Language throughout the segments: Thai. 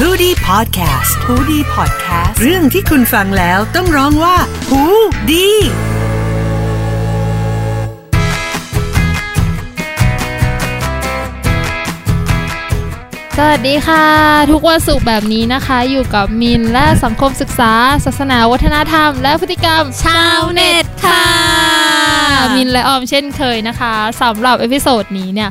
h o ดี้พอดแคสต์ฮูดี้พอดแคสต์เรื่องที่คุณฟังแล้วต้องร้องว่าหูดี สวัสดีค่ะ ทุกวันศุกร์แบบนี้นะคะ อยู่กับมินและสังคมศึกษา ศาสนาวัฒนธรรม และพฤติกรรม ชาวเน็ตค่ะ มินและออมเช่นเคยนะคะสำหรับเอพิโซดนี้เนี่ย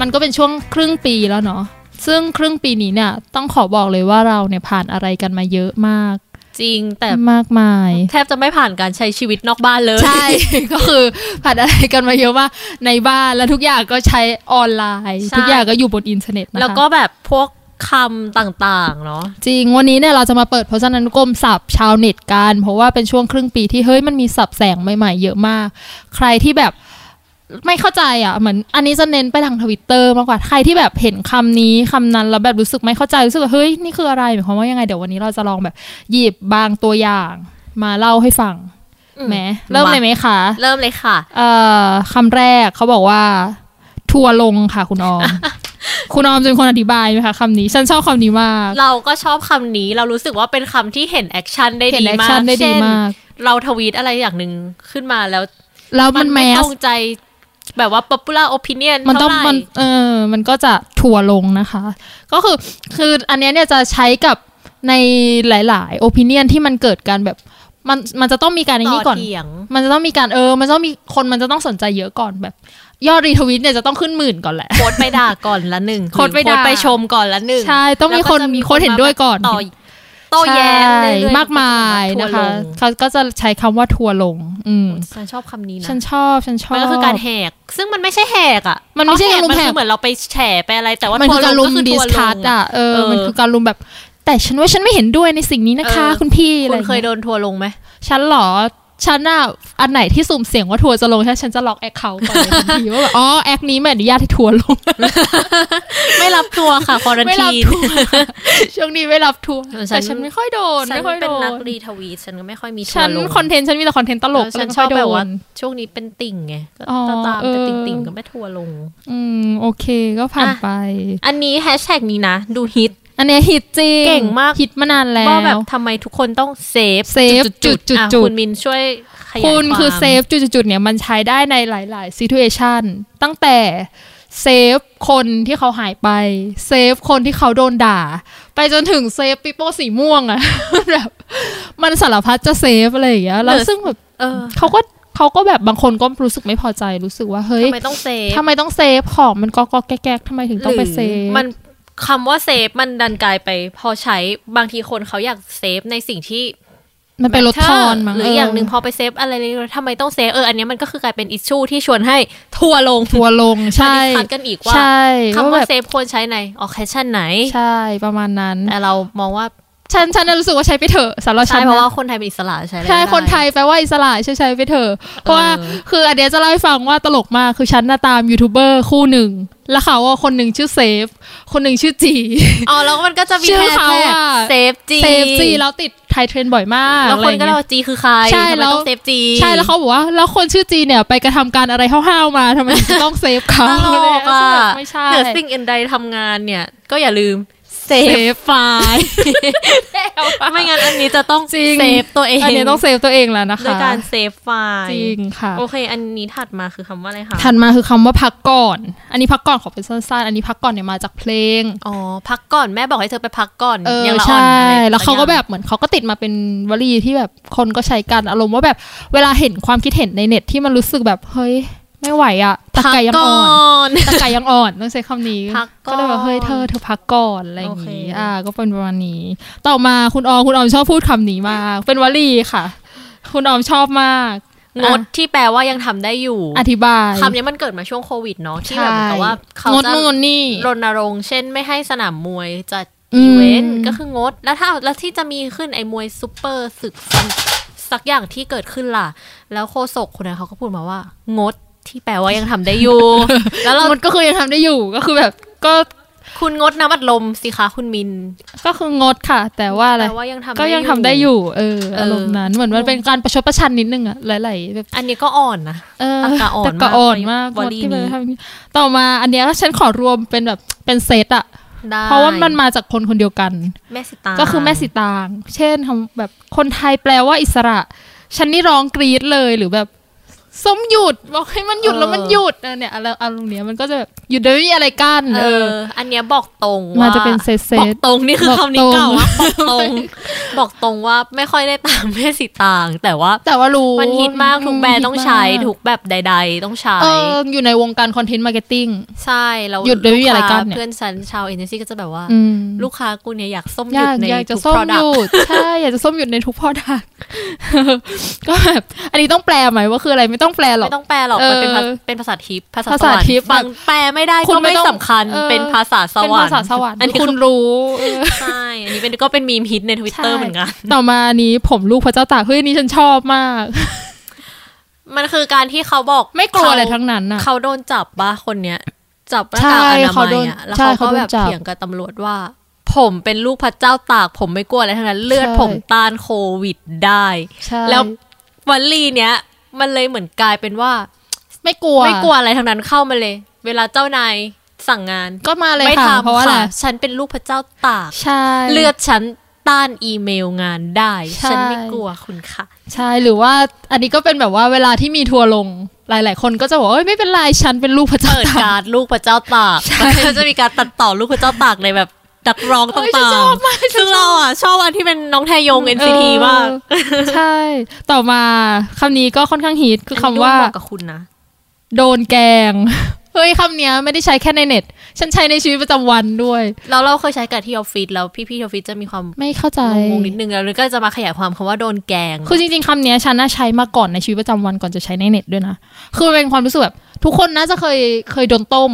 มันก็เป็นช่วงครึ่งปีแล้วเนาะซึ่งครึ่งปีนี้เนี่ย ต้องขอบอกเลยว่าเราเนี่ยผ่านอะไรกันมาเยอะมาก จริงแต่ มากมาย แทบจะไม่ผ่านการใช้ชีวิตนอกบ้านเลย ใช่ ก็คือผ่านอะไรกันมาเยอะมากในบ้านแล้วทุกอย่างก็ใช้ออนไลน์ ทุกอย่างก็อยู่บนอินเทอร์เน็ตนะคะ แล้วก็แบบพวกคำต่างๆ เนาะ จริง วันนี้เนี่ยเราจะมาเปิดพจนานุกรมศัพท์ชาวเน็ตกัน เพราะว่าเป็นช่วงครึ่งปีที่เฮ้ยมันมีศัพท์แสงใหม่ๆเยอะมาก ใครที่แบบไม่เข้าใจอ่ะเหมือนอันนี้จะเน้นไปทางทวิตเตอร์มากกว่าใครที่แบบเห็นคำนี้คำนั้นแล้วแบบรู้สึกไม่เข้าใจรู้สึกว่าเฮ้ยนี่คืออะไรหมายความว่ายังไงเดี๋ยววันนี้เราจะลองแบบหยิบบางตัวอย่าง มาเล่าให้ฟัง อื แหมเริ่มเลยไหมคะ เริ่มเลยค่ะ เอ่อคำแรกเขาบอกว่า ทัวร์ลงค่ะคุณออม คุณออมจะเป็นคนอธิบายไหมคะคำนี้ฉันชอบคำนี้มาก เราก็ชอบคำนี้เรารู้สึกว่าเป็นคำที่เห็นแอคชั่นได้ เห็น ดี แอค มา ชั่ ก นได้ดี เช่น มาก เราทวีตอะไรอย่างหนึ่งขึ้นมาแล้ว แล้วมันแม ไม่ต ส รงใจ แบบว่า popular opinion มันต้อง เท่าไหร่ มันเออมันก็จะถั่วลงนะคะ ก็คือคืออันเนี้ยเนี่ยจะใช้กับในหลาย ๆ โอปิเนียนที่มันเกิดการแบบมันมันจะต้องมีการอันนี้ ต่ ก่ อ อน เถียง มันจะต้องมีการเออ มันต้องมีคนมันจะต้องสนใจเยอะก่อนแบบ ยอดรีทวิตเนี่ยจะต้องขึ้นหมื่นก่อนแหละ โพสต์ไปด่าก่อนละหนึ่ง โพสต์ไปด่า โพสต์ไปชมก่อนละหนึ่ง ใช่ต้องมี แล้วก็ คน จะ มีคนเห็นด้วยก่อน ต่อโต้แย้งเรื่อย ใช่ ๆ มากมาย ทัว นะ ร์ล คะ ง เขาก็จะใช้คำว่าทัวร์ลง อืม ฉันชอบคำนี้นะ ฉันชอบฉันชอบ มันก็คือการแหก ซึ่งมันไม่ใช่แหกอ่ะ มันไม่ใช่ เพ การลุมราะแห แหกกมันคือเหมือนเราไปแฉไปอะไร แต่ว่า มัน ทั คือ ว การลุม ง ดิส ก็คือ คัส ทัวร์ลง อ่ะเออ เออ มันคือการลุมแบบ แต่ฉันว่าฉันไม่เห็นด้วยในสิ่งนี้นะคะ เออ คุณพี่อะ คุ ไร ณเคย เงี้ย โดนทัวร์ลงไหม ฉันเหรอ ฉันอ่ะ อันไหนที่สุ่มเสี่ยงว่าทัวร์จะลงฉันฉันจะล็อกแอ คเคาท์ก่อนเลยทันทีว่าแบบอ๋อแอคนี้ไม่อนุญาตให้ทัวร์ลง ไม่รับทัวร์ค่ะ คอรัน ไม่รับ ทีน ทัวร์ช่วงนี้ไม่รับทัวร์ เออฉัน แต่ฉันไม่ค่อยโดน ฉัน ไม่ค่อย เป็ โด นนัก น รีทวีตฉันก็ไม่ค่อยมีทัว ฉัน ร์ลง คอนเทนต์ฉันมีแต่คอนเทนต์ตลก เออ ฉั ฉั น น ไม่ ช ค่ อ อบ ยโด แบบว่าน ช่วงนี้เป็นติ่งไงก็ อ๋อ ตามแต่ เออ ติ่งติ่งๆก็ไม่ทัวร์ลง อืมโอเคก็ผ่าน อ่ะ ไป อันนี้แฮชแท็กนี้นะ ดูฮิต อันเนี้ยฮิตจริง เก่งมาก ฮิตมานานแล้ว ว่าแบบทำไมทุกคนต้องเซฟ เซฟจุดๆ อ่ะ จุดๆ คุณมินช่วยขยาย คุณคือ วาม เซฟจุดๆเนี่ยมันใช้ได้ในหลายๆ situation ตั้งแต่เซฟคนที่เขาหายไปเซฟคนที่เขาโดนด่า ไปจนถึงเซฟปิโป้สีม่วงอะ แบบมันสารพัดจะเซฟอะไรอย่างเงี้ยแล้วซึ่งแบบ เออ เขาก็เขาก็แบบบางคนก็รู้สึกไม่พอใจรู้สึกว่าเฮ้ย ทำไมต้องเซฟ ทำไมต้องเซฟของมันก็ก็แก๊กๆทำไมถึงต้องไปเซฟ หรือมันคำว่าเซฟมันดันกลายไป พอใช้บางทีคนเขาอยากเซฟในสิ่งที่ มันเป็นลดทอน matter มั้ง หรืออย่างหนึ่งพอไปเซฟอะไรเลยทำไมต้องเซฟเอออันเนี้ยมันก็คือกลายเป็นอิชชูที่ชวนให้ทัวร์ลง ทัวร์ลงใช่ มาดิสคัดกันอีกว่า ใช่ คำว่า แบบ เซฟควรใช้ในออเคชั่นไหน ใช่ประมาณนั้น แต่เรามองว่า ฉันฉันน่ะรู้สึกว่าใช้ไปเถอะสำหรับฉั ใช่ น เพราะ น ว่าคนไทยเป็นอิสระใช้อะไร ใช่ ก็ด้ คนไทยแปลว่าอิสระใช่ใช่ไปเถอะเพราะว่า เออ คืออันเดียจะเล่าให้ฟังว่าตลกมากคือฉันน่ะตามยูทูบเบอร์คู่หนึ่ง แล้วเขาว่าคนหนึ่งชื่อเซฟ คนหนึ่งชื่อจี อ๋อแล้วมันก็จะมี ชื่อ แฮช เขา แท็ก อะ เซฟจี เซฟจีแล้วติดไทยเทรนด์บ่อยมาก แล้วคนก็ อะไร เรา เงี้ย จีคือใคร ใช่ ทำไม แล้ว ต้องเซฟจี ใช่แล้วเขาบอกว่า แล้วคนชื่อจีเนี่ยไปกระทำการอะไรห้าวๆมาทำไมถึงจะต้องเซฟเขา ตลกอ่ะ ซึ่งแบบไม่ใช่ เหนือสิ่งอื่นใดทำงานเนี่ย ก็อย่าลืม เซฟไฟล์ ไม่งั้นอันนี้จะต้อง จริง เซฟตัวเอง อันนี้ต้องเซฟตัวเองแล้วนะคะ ด้วยการเซฟไฟล์ จริงค่ะ โอเค อันนี้ถัดมาคือคำว่าอะไรคะ ถัดมาคือคำว่าพักก่อน อันนี้พักก่อนขอเป็นสั้นๆ อันนี้พักก่อนเนี่ยมาจากเพลง อ๋อพักก่อนแม่บอกให้เธอไปพักก่อน เออ ยังละอ่อน ใช่ อะไรอย่งงี้ย แล้วเขาก็แบบเหมือนเขาก็ติดมาเป็นวลีที่แบบคนก็ใช้กันอารมณ์ว่าแบบเวลาเห็นความคิดเห็นในเน็ตที่มันรู้สึกแบบเฮ้ยไม่ไหวอะตะ พัก ไก่ยัง ก่ อ่ อ อน น ตะไก่ยังอ่อนต้องใช้คำนี้ พักก่อน เลยแบบเฮ้ยเธอเธอพักก่อนอะไรอย่างงี้ โอเค อ่า ก็เป็นประมาณนี้ ต่อมาคุณออมคุณออมชอบพูดคำนี้มากเป็นวลีค่ะ คุณออมชอบมาก งดที่แปลว่ายังทำได้อยู่ อธิบาย คำนี้มันเกิดมาช่วงโควิดเนาะที่แบบเหมือนกับว่าเขา งด จะ นู่นงดนี่ รณรงค์เช่นไม่ให้สนามมวยจัด อืม อีเวนต์ก็คืองด แล้วถ้าแล้วที่จะมีขึ้นไอ้มวยซูเปอร์ศึกสันสักอย่างที่เกิดขึ้นล่ะ แล้วโคศกคนนั้นเขาก็พูดมาว่า งดที่แปลว่ายังทำได้ อยู่ แล้วเรา มันก็คือยังทำได้อยู่ก็คือแบบก็ คุณงดน้ำอัดลมสิคะคุณมิน ก็คืองดค่ะ แต่ว่าอะไร แต่ว่ายังทำ ก็ยังทำได้อยู่ เออ อารมณ์นั้น เหมือนมันเป็นการประชดประชันนิดนึงอะหลายๆแบบ อันนี้ก็อ่อนนะ เออ ตะกะอ่อน ตะกะอ่อนมาก มาก ง ว ด ลี ที่ นี้ มันทำอย่างนี้ต่อมาอันเนี้ยฉันขอรวมเป็นแบบเป็นเซตอะ ได้ เพราะว่ามันมาจากคนคนเดียวกัน แม่สิตาง ก็คือแม่สีตาง เช่นคำแบบคนไทยแปลว่าอิสระ ฉันนี่ร้องกรี๊ดเลยหรือแบบส้มหยุดบอกให้มันหยุดแล้วมันหยุดเออเนี่ยอะไรอารมณ์เนี้ยมันก็จะแบบหยุดโดยไม่มีอะไรกั้น เอ เออ อ อันเนี้ยบอกตรง มั ว่าน จะเป็นเซตๆ บอกตรงนี่คือ บอก คำนี้เก่า ตรง มากบอกตรง บอกตรงว่าไม่ค่อยได้ตามแม่สิตาง แต่ว่า แต่ว่ารู้ มันฮิตมากทุกแบรนด์ ฮิต ต้องใช้ มาก ทุกแบบใด ๆ ต้องใช้ เอออยู่ในวงการคอนเทนต์มาร์เก็ตติ้ง ใช่แล้ว หยุดโดยไม่มีอะไรกั้นเนี่ย เพื่อนฉันชาวเอเจนซี่ก็จะแบบว่า อืม ลูกค้ากูเนี่ยอยากส้มห อ ยุด ยาก ใน อยากจะ ทุก ส้ม product หยุด ใช่อยากจะส้มหยุดในทุกพอดัก ก็แบบอันนี้ต้องแปลไหมว่าคืออะไรไม่ต้องแปลหรอก ไม่ต้องแปลหรอก เออ มันเป็นภาษาเป็นภาษาทิพย์ภาษา ภา ส ษาว รร ทิพย์ ค์ แบบ บางแปลไม่ได้ คุณ ก็ ไม่ ไม่ ต้อง สำคัญ เออ เป็นภาษาส เป็น วรร ภา ค์ ษาสวรรค์ อันนี้ คุ คุณ ณรู้เออ ใช่อันนี้เป็นก็เป็นมีมฮิตในทวิตเตอร์ ใช่ เหมือนกัน ต่อมาอันนี้ผมลูกพระเจ้าตากเฮ้ยอันนี้ฉันชอบมาก มันคือการที่เขาบอก ไม่กลัว ขา อะไรทั้งนั้นน่ะ เขาโดนจับบ้าคนเนี้ย จับหน้า ใช่ กากอนา เขา มัย โดน อะแล้ว ใช่ เขา เขา ก็ โดน แบบ จับ เถียงกับตำรวจว่า ผมเป็นลูกพระเจ้าตาก ผมไม่กลัวอะไรทั้งนั้นเลือด ใช่ ผมต้านโควิดได้ ใช่ แล้ววลีเนี้ย มันเลยเหมือนกลายเป็นว่า ไม่กลัว ไม่กลัวอะไรทั้งนั้นเข้ามาเลย เวลาเจ้านายสั่งงาน ก็มาเลย ไม่ ค่ะ ทำ เพราะว่าอะไร ค่ฉันเป็นลูกพระเจ้าตาก ใช่ เลือดฉันต้านอีเมลงานได้ ใช่ ฉันไม่กลัวคุณค่ะ ใช่หรือว่าอันนี้ก็เป็นแบบว่าเวลาที่มีทัวร์ลงหลาย ๆ คนก็จะบอกว่าเอ้ยไม่เป็นไรฉันเป็นลูกพระเจ้า เปิด ตาก การดลูกพระเจ้าตาก ใช่ แล้วก็จะมีการตัดต่อลูกพระเจ้าตากในแบบนักร้อง เอ้ยฉั ต่าน ง ชอบมาก ๆซึ่งเราอ่ะ ชอบอันที่เป็นน้องแทยง NCT มาก เออใช่ ต่อมาคำนี้ก็ค่อนข้างฮิตคือคำว่า อันนี้ดูเหมาะกับคุณนะ โดนแกล้งเฮ้ยคำเนี้ยไม่ได้ใช้แค่ในเน็ต ฉันใช้ในชีวิตประจำวันด้วย แล้วเราเคยใช้กับที่ออฟฟิศแล้วพี่ๆออฟฟิศจะมีความ ไม่เข้าใจ งงๆนิดนึงแล้วก็จะมาขยายความคำว่าโดนแกล้ง คือจริงๆคำเนี้ยฉันน่าใช้มาก่อนในชีวิตประจำวันก่อนจะใช้ในเน็ตด้วยนะ คือมันเป็นความรู้สึกแบบ ทุกคนน่าจะเคยเคยโดนต้ม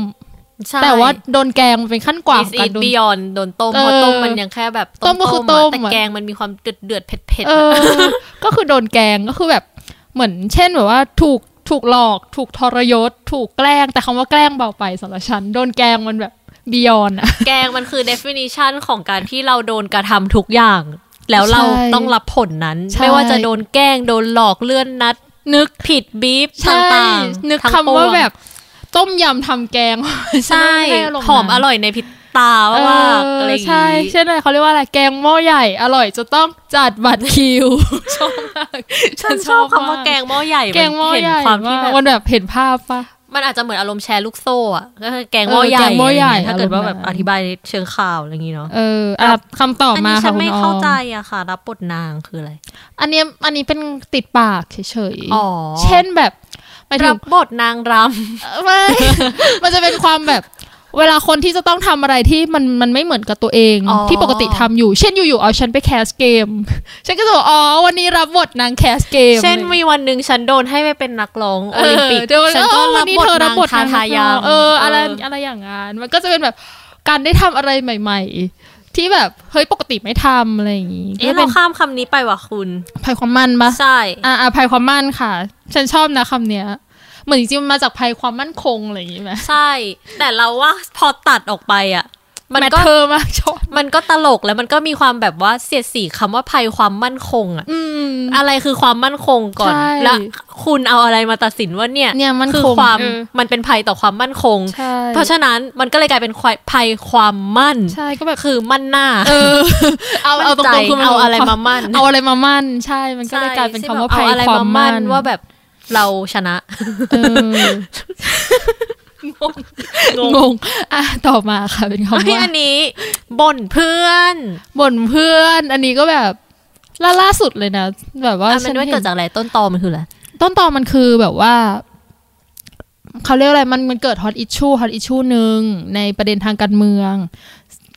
ใช่ แต่ว่าโดนแกงมันเป็นขั้นกว่าของ This การ is โดน beyond โดนต้ม เออ เพราะต้มมันยังแค่แบบ ต้มก็คือ ๆะ ต้ม แต่ อะ แกงมันมีความเดือดเดือดๆเผ็ดเผ็ด เออ ก็คือโดนแกงก็คือแบบเหมือนเช่นแบบว่าถูกถูกหลอก ถูกทรยศ ถูกแกล้ง แต่คำว่าแกล้งเบาไปสำหรับฉัน โดนแกงมันแบบ beyond อะ แกงมันคือ definition ของการที่เราโดนกระทำทุกอย่าง แล้วเรา ใช่ ต้องรับผลนั้น ใช่ ไม่ว่าจะโดนแกล้งโดนหลอกเลื่อนนัด นึกผิดบีฟต ใช่ ่างๆ นึก ทั้ง คำว่า ปง แบบ ต้มยำทำแกง ใช่ ฉันไได้ารณ์ หอมอร่อยในพริบตา เอ มากๆอะ อ ไรอย่าง ใช่ งี้ เช่นอะไรเขาเรียกว่าอะไรแกงหม้อใหญ่อร่อยจะต้องจัดบัตรคิว ชอบมาก ฉันชอบคำว่าก แกงหม้อใหญ่ แกงหม้อ เห็น ใหญ่ ความที่แบบ มันแบบเห็นภาพปะ มันอาจจะเหมือนอารมณ์แชร์ลูกโซ่อะก็คือแกงหม้อ เออ ใหญ่ แกงหม้อใหญ่ อะไรอย่างเงี้ยถ้าเกิดว่าแบบ อารมณ์นั้ อน ธิบายในเชิงข่าวอะไรอย่างงี้เนาะ เอออ่ะคำต่อ อัน มา นี้ฉั ค่ะ น คุณ ไม่ ออ เข้าม ใจอะค่ะ รับบทนางคืออะไร อันเนี้ยอันนี้เป็นติดปากเฉย อ๋อ เช่นแบบหมายถึ รั ง บบทนางร ไม่ มันจะเป็นความแบบ เวลาคนที่จะต้องทำอะไรที่มันมันไม่เหมือนกับตัวเอง ำอ๋อ ที่ปกติทำอยู่ เช่นอยู่ๆเอาฉันไปแคสเกม ฉันก็จะบอกอ๋อวันนี้รับบทนางแคสเกม เช่นมีวันหนึ่งฉันโดนให้ไปเป็นนักร้องโอ เอ ลิม อ ปิก เดี๋ยว ฉัน เอ ก็ อวั รั น บ นี้ บท เธอน รับบท างทาทายาม เอออะไรอะไรอย่างงั้นมันก็จะเป็นแบบการได้ทำอะไรใหม่ ๆ ที่แบบเฮ้ยปกติไม่ทำอะไรอย่างงี้ เอ๊ะ ก็ เราข้ามคำนี้ไปว่ะคุณ นภัยความมั่นปะ ใช่ อ่าภัยความมั่นค่ะ ฉันชอบนะคำเนี้ย เหมือนจริงๆมันมาจากภัยความมั่นคงอะไรอย่างงี้ไหม ใช่ แต่เราว่าพอตัดออกไปอะมัน แมท ก็ เธอมากชอบ มันก็ตลกแล้วมันก็มีความแบบว่าเสียดสีคำว่าภัยความมั่นคงอะ อืม อะไรคือความมั่นคงก่อน ใช่ แล้วคุณเอาอะไรมาตัดสินว่าเนี่ย เนี่ยมั่นคง คือความ เออ มันเป็นภัยต่อความมั่นคง ใช่ เพราะฉะนั้นมันก็เลยกลายเป็นควายภัยความมั่น ใช่ก็แบบ คือมั่นหน้า เออ เอาเอาตร มั่น ง ใจ ๆคือมัน เอาอะไรมามั่น เอาอะไรมามั่น ใช่มันก็เลยกลายเป็นคำว่าภัยความมั่น ว่าแบบเราชนะ เออ งงอ่ะต่อมาค่ะเป็นคำ ไอ้ ว่า อันนี้บ่นเพื่อน บ่นเพื่อน อันนี้ก็แบบล่าล่าสุดเลยนะ แบบว่า อ่ะมั ฉั น น ด้วย เห็ เกิ น ดจากอะไรต้นตอมันคืออะไร ต้นตอมันคือแบบว่า เขาเรียกอะไรมันมันเกิดฮอตอิชชูฮอตอิชชูหนึ่งในประเด็นทางการเมือง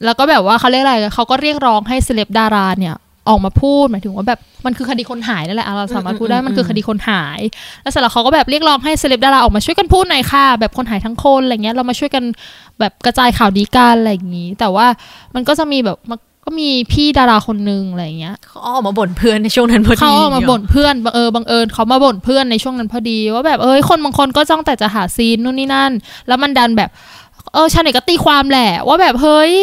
แล้วก็แบบว่าเขาเรียกอะไรเขาก็เรียกร้องให้เซเลบดาราเนี่ย ออกมาพูดหมายถึงว่าแบบมันคือคดีคนหายนั่นแหละอ่ะเราสามารถพูดได้ อืมอืม มันคือคดีคนหาย แล้วเสร็จแล้วเขาก็แบบเรียกร้องให้เซเลบดาราออกมาช่วยกันพูดหน่อยค่ะ แบบคนหายทั้งคนอะไรเงี้ยเรามาช่วยกันแบบกระจายข่าวดีกันอะไรอย่างนี้ แต่ว่ามันก็จะมีแบบมันก็มีพี่ดาราคนนึงอะไรอย่างเงี้ย เขาออกมาบ่นเพื่อนในช่วงนั้นพอดี เขาออกมาบ่นเพื่อนบังเออบังเอิญเขามาบ่นเพื่อนในช่วงนั้นพอดี ว่าแบบเอ้ยคนบางคนก็จ้องแต่จะหาซีนนู่นนี่นั่น แล้วมันดันแบบเออชาวเน็ตก็ตีความแหละ ว่าแบบเฮ้ย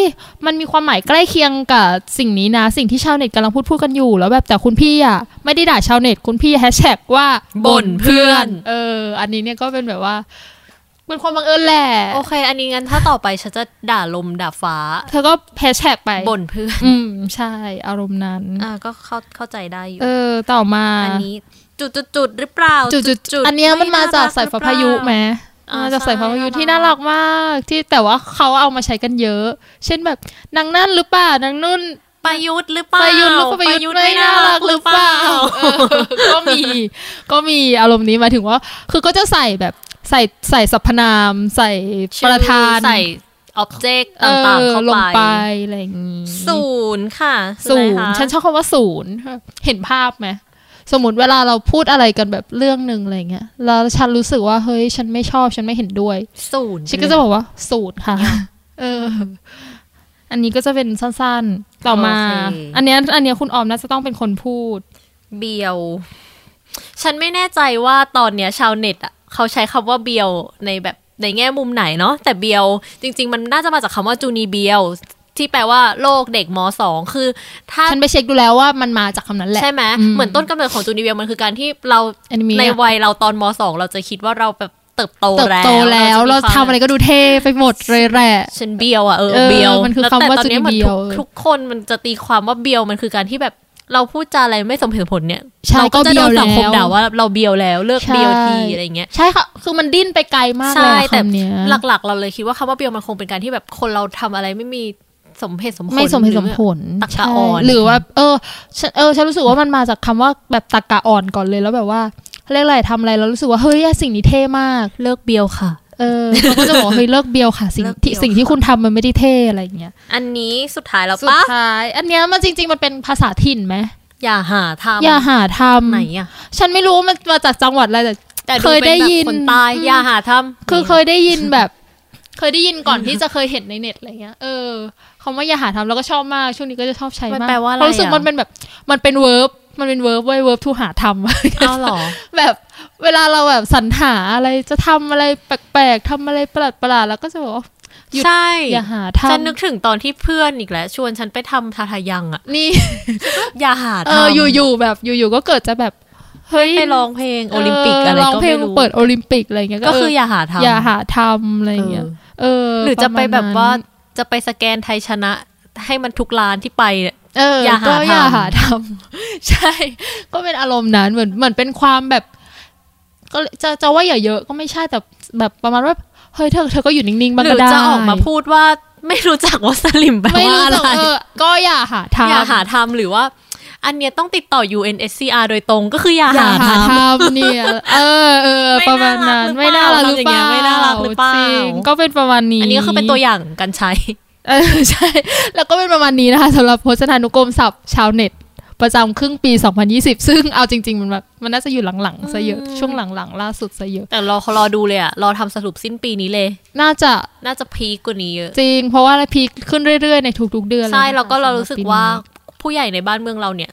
มันมีความหมายใกล้เคียงกับสิ่งนี้นะ สิ่งที่ชาวเน็ตกำลังพูดพูดกันอยู่ แล้วแบบแต่คุณพี่อ่ะไม่ได้ด่าชาวเน็ตคุณพี่แฮชแท็กว่า บ่นเพื่อน เออ อันนี้เนี่ยก็เป็นแบบว่า เป็นความบังเอิญแหละ โอเค อันนี้งั้นถ้าต่อไปฉันจะด่าลมด่าฟ้า เธอก็แพชแท็กไป บ่นเพื่อน อืม ใช่ อารมณ์นั้น อ่าก็เข้าเข้าใจได้อยู่ เออ ต่อมา อันนี้จุดจุดจุดหรือเปล่า จุดจุดจุดอันเนี้ยมันมาจากสายฟ้าพายุไหม ไอ่า มาจากสายฟ้าพายุ ใช่ ที่น่ารักมาก ที่แต่ว่าเขาเอามาใช้กันเยอะ เช่นแบบนางนั่นหรือเปล่านางนุ่น ประยุทธ์หรือเปล่า ประยุทธ์หรือประยุทธ์ไม่น่ารักหรือเปล่าเออ ก็มี ก็มีอารมณ์นี้หมายถึงว่า คือก็จะใส่แบบใส่ใส่สรรพนาม ใส่ ชื่ ป อ ระธาน ใส่อ็อบเจกต์ เอ ต่างๆ อ เข้า ลง ไป ไปอะไรอย่างงี้ ศูนย์ค่ะ ศู ใช่ไห น ม ย์ คะ ฉันชอบคำว่าศูนย์เห็นภาพไหมสมมติเวลาเราพูดอะไรกันแบบเรื่องหนึ่งอะไรเงี้ยแล้วฉันรู้สึกว่าเฮ้ยฉันไม่ชอบฉันไม่เห็นด้วย ศูนย์ ฉันก็จะบอกว่า สูตรค่ะ เออ อันนี้ก็จะเป็นสั้นๆ ต่อมา อันเนี้ยอันเนี้ยคุณออมน่าจะต้องเป็นคนพูด เบียว ฉันไม่แน่ใจว่าตอนเนี้ยชาวเน็ตอ่ะเขาใช้คำว่าเบียวในแบบในแง่มุมไหนเนาะแต่เบียว จริง ๆ มันน่าจะมาจากคำว่าจูนีเบียว ที่แปลว่าโรคเด็กมสองคือถ้า ฉันไปเช็คดูแล้วว่ามันมาจากคำนั้นแหละ ใช่ไหม อืม เหมือนต้นกำเนิดของจูนิเวียมันคือการที่เรา อันนี้ ในวัยเราตอนมสองเราจะคิดว่าเราแบบเติบโต เติบโตแล้ว เรา จะมี ทำอะไรก็ดูเท่ไปหมดเลยแหละ ฉันเบียวอ่ะเออ เออ เบียว มันคือ แล้ว คำว่า แต่ตอนนี้เหมือน จูนิเบียวทุกทุกคนมันจะตีความว่าเบียวมันคือการที่แบบเราพูดจาอะไรไม่สมเหตุผลเนี่ย ใช่ เราก็จะโดน ก็เบียวแล้ว สังคมด่าว่าเราเบียวแล้วเลิก ใช่ เบียวทีอะไรอย่างเงี้ย ใช่ค่ะ คือมันดิ้นไปไกลมากเลใช่ยอะ แต่ คำเนี้ย หลักๆ เราเลยคิดว่าคำว่าเบียวมันคงเป็นการที่แบบคนเราทำอะไรไม่มีสมเหตุสมผล ไม่สมเหตุสมผล หรือแบบตรรกะ ใช่ อ่อน หรือว่า เออฉันเออฉันรู้สึกว่ามันมาจากคำว่าแบบตะกะอ่อนก่อนเลยแล้วแบบว่าเรียกอะไรทำอะไรเรารู้สึกว่าเฮ้ยสิ่งนี้เท่มาก เลิกเบียวค่ะ เออเขาก็จะบอกว่าเฮ้ยเลิกเบียวค่ะสิ่ง เลิกเบี ที่ ยว สิ่งที่คุณทำมันไม่ได้เท่อะไรอย่างเงี้ย อันนี้สุดท้ายแล้ว สุด ปะ ท้ายอันเนี้ยมันจริง ๆ มันเป็นภาษาถิ่นไหม อย่าหาทำ อย่าหาท ไหนอ่ะ ำฉันไม่รู้ว่ามันมาจากจังหวัดอะไรแต่ แต่ เคยได้ยิน เป็แบบคนตายอย่าหาทำ คือเคยได้ยิน แบบ เคยได้ยินก่อนที่จะเคยเห็นในเน็ตอะไรเงี้ยเออคำว่าอย่าหาทำแล้วก็ชอบมากช่วงนี้ก็จะชอบใช้ มัน มาก แปลว่าอะไร เพะรู้สึกมันเป็นแบบมันเป็นเวิร์บมันเป็นเวิร์บไว้เวิร์บทูหาทำ เอาเหรอ แบบเวลาเราแบบสรรหาอะไรจะทำอะไรแปลกๆทำอะไรประหลาดประหลาดๆแล้วก็จะบอกว่าหยุด ใช่ อย่าหา ฉันนึก ทำ ถึงตอนที่เพื่อนอีกแล้ว ชวนฉันไปทำทาทายังอะ นี่ อย่าหา เอ ทำ ออยู่ๆแบบอยู่ๆก็เกิดจะแบบเฮ้ย ไปร้องเพลงโอลิมปิกอะไร เร้อง ก็ เพล ไม่ ง รู้ เปิดโอลิมปิกอะไรเงี้ย ก็คืออย่าหา เออ ทำ อย่าหาทำอะไรเงี้ยเออ เออหรือจะไปแบบว่า ระมณนั้น จะไปสแกนไทยชนะ ให้มันทุกร้านที่ไปเนี่ย เอออย่อาหา ก็อย่า ทำ หาทำ ใช่ ก็เป็นอารมณ์นั้นเหมือนเหมือนเป็นความแบบ ก็จะจะว่าอย่าเยอะก็ไม่ใช่แต่แบบประมาณว่าเฮ้ยเธอเธอก็อยู่นิ่งๆบ้าง หรื ก็ได้ จะออกมาพูดว่าไม่รู้จักว่าสลิมแปล ไม่ ว่า รู้ อะ จะ ไร เออก็อย่าหาทำ อย่าหาทำหรือว่า อันเนี้ยต้องติดต่อ UNSCR โดยตรงก็คืออย่า อย่า หา หา ทำ ทำเนี่ยเออเออ ไม่ ประมาณนั้นไม่น่า น่ารั รักหกหรื รือ อ เป เป ล่า ล่า จ จริ ริง ง ก็เป็นประมาณนี้ อันนี้ก็คือเป็นตัวอย่างการใช้ เออ ใช่ แล้วก็เป็นประมาณนี้นะคะสำหรับโฆษณานุกรมศัพท์ชาวเน็ต ประจำครึ่งปี 2020 ซึ่งเอาจริง ๆ มันแบบมันน่าจะอยู่หลังๆซะเยอะ อืม ช่วงหลังๆ ล่าสุดซะเยอะ แต่รอเขารอดูเลยอะรอทำสรุปสิ้นปีนี้เลย น่าจะ น่าจะพีคกว่านี้เยอะ จริง เพราะว่าเราพีคขึ้นเรื่อยๆ ในทุกๆ เดือน ใช่ ยนะคะ แล้วก็เรารู้สึกว่า สำหรับปี ผู้ใหญ่ในบ้านเมืองเราเนี่ย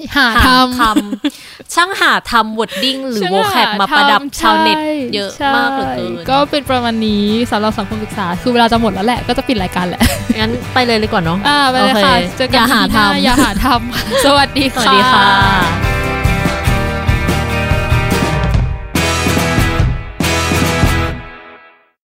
นี้หา หา ทำ คำ ช่างหาทำวอดดิ้งหรือ ใช่ โวแคปมาประดับ หทำ ชาวเน็ต ใ เยอะ ใช่ มากเหลือเกิน ก็เป็นประมาณนี้สำหรับสังคมศึกษาคือเวลาจะหมดแล้วแหละก็จะปิดรายการแหละ งั้นไปเลยเลยก่อนเนาะ อ่าไปเลยค่ะ โอ เจอกัน ย่าหา ปีน้ ทำ อย่าหาทำสวัสดี ส ค่ะ วัสดีค่ะ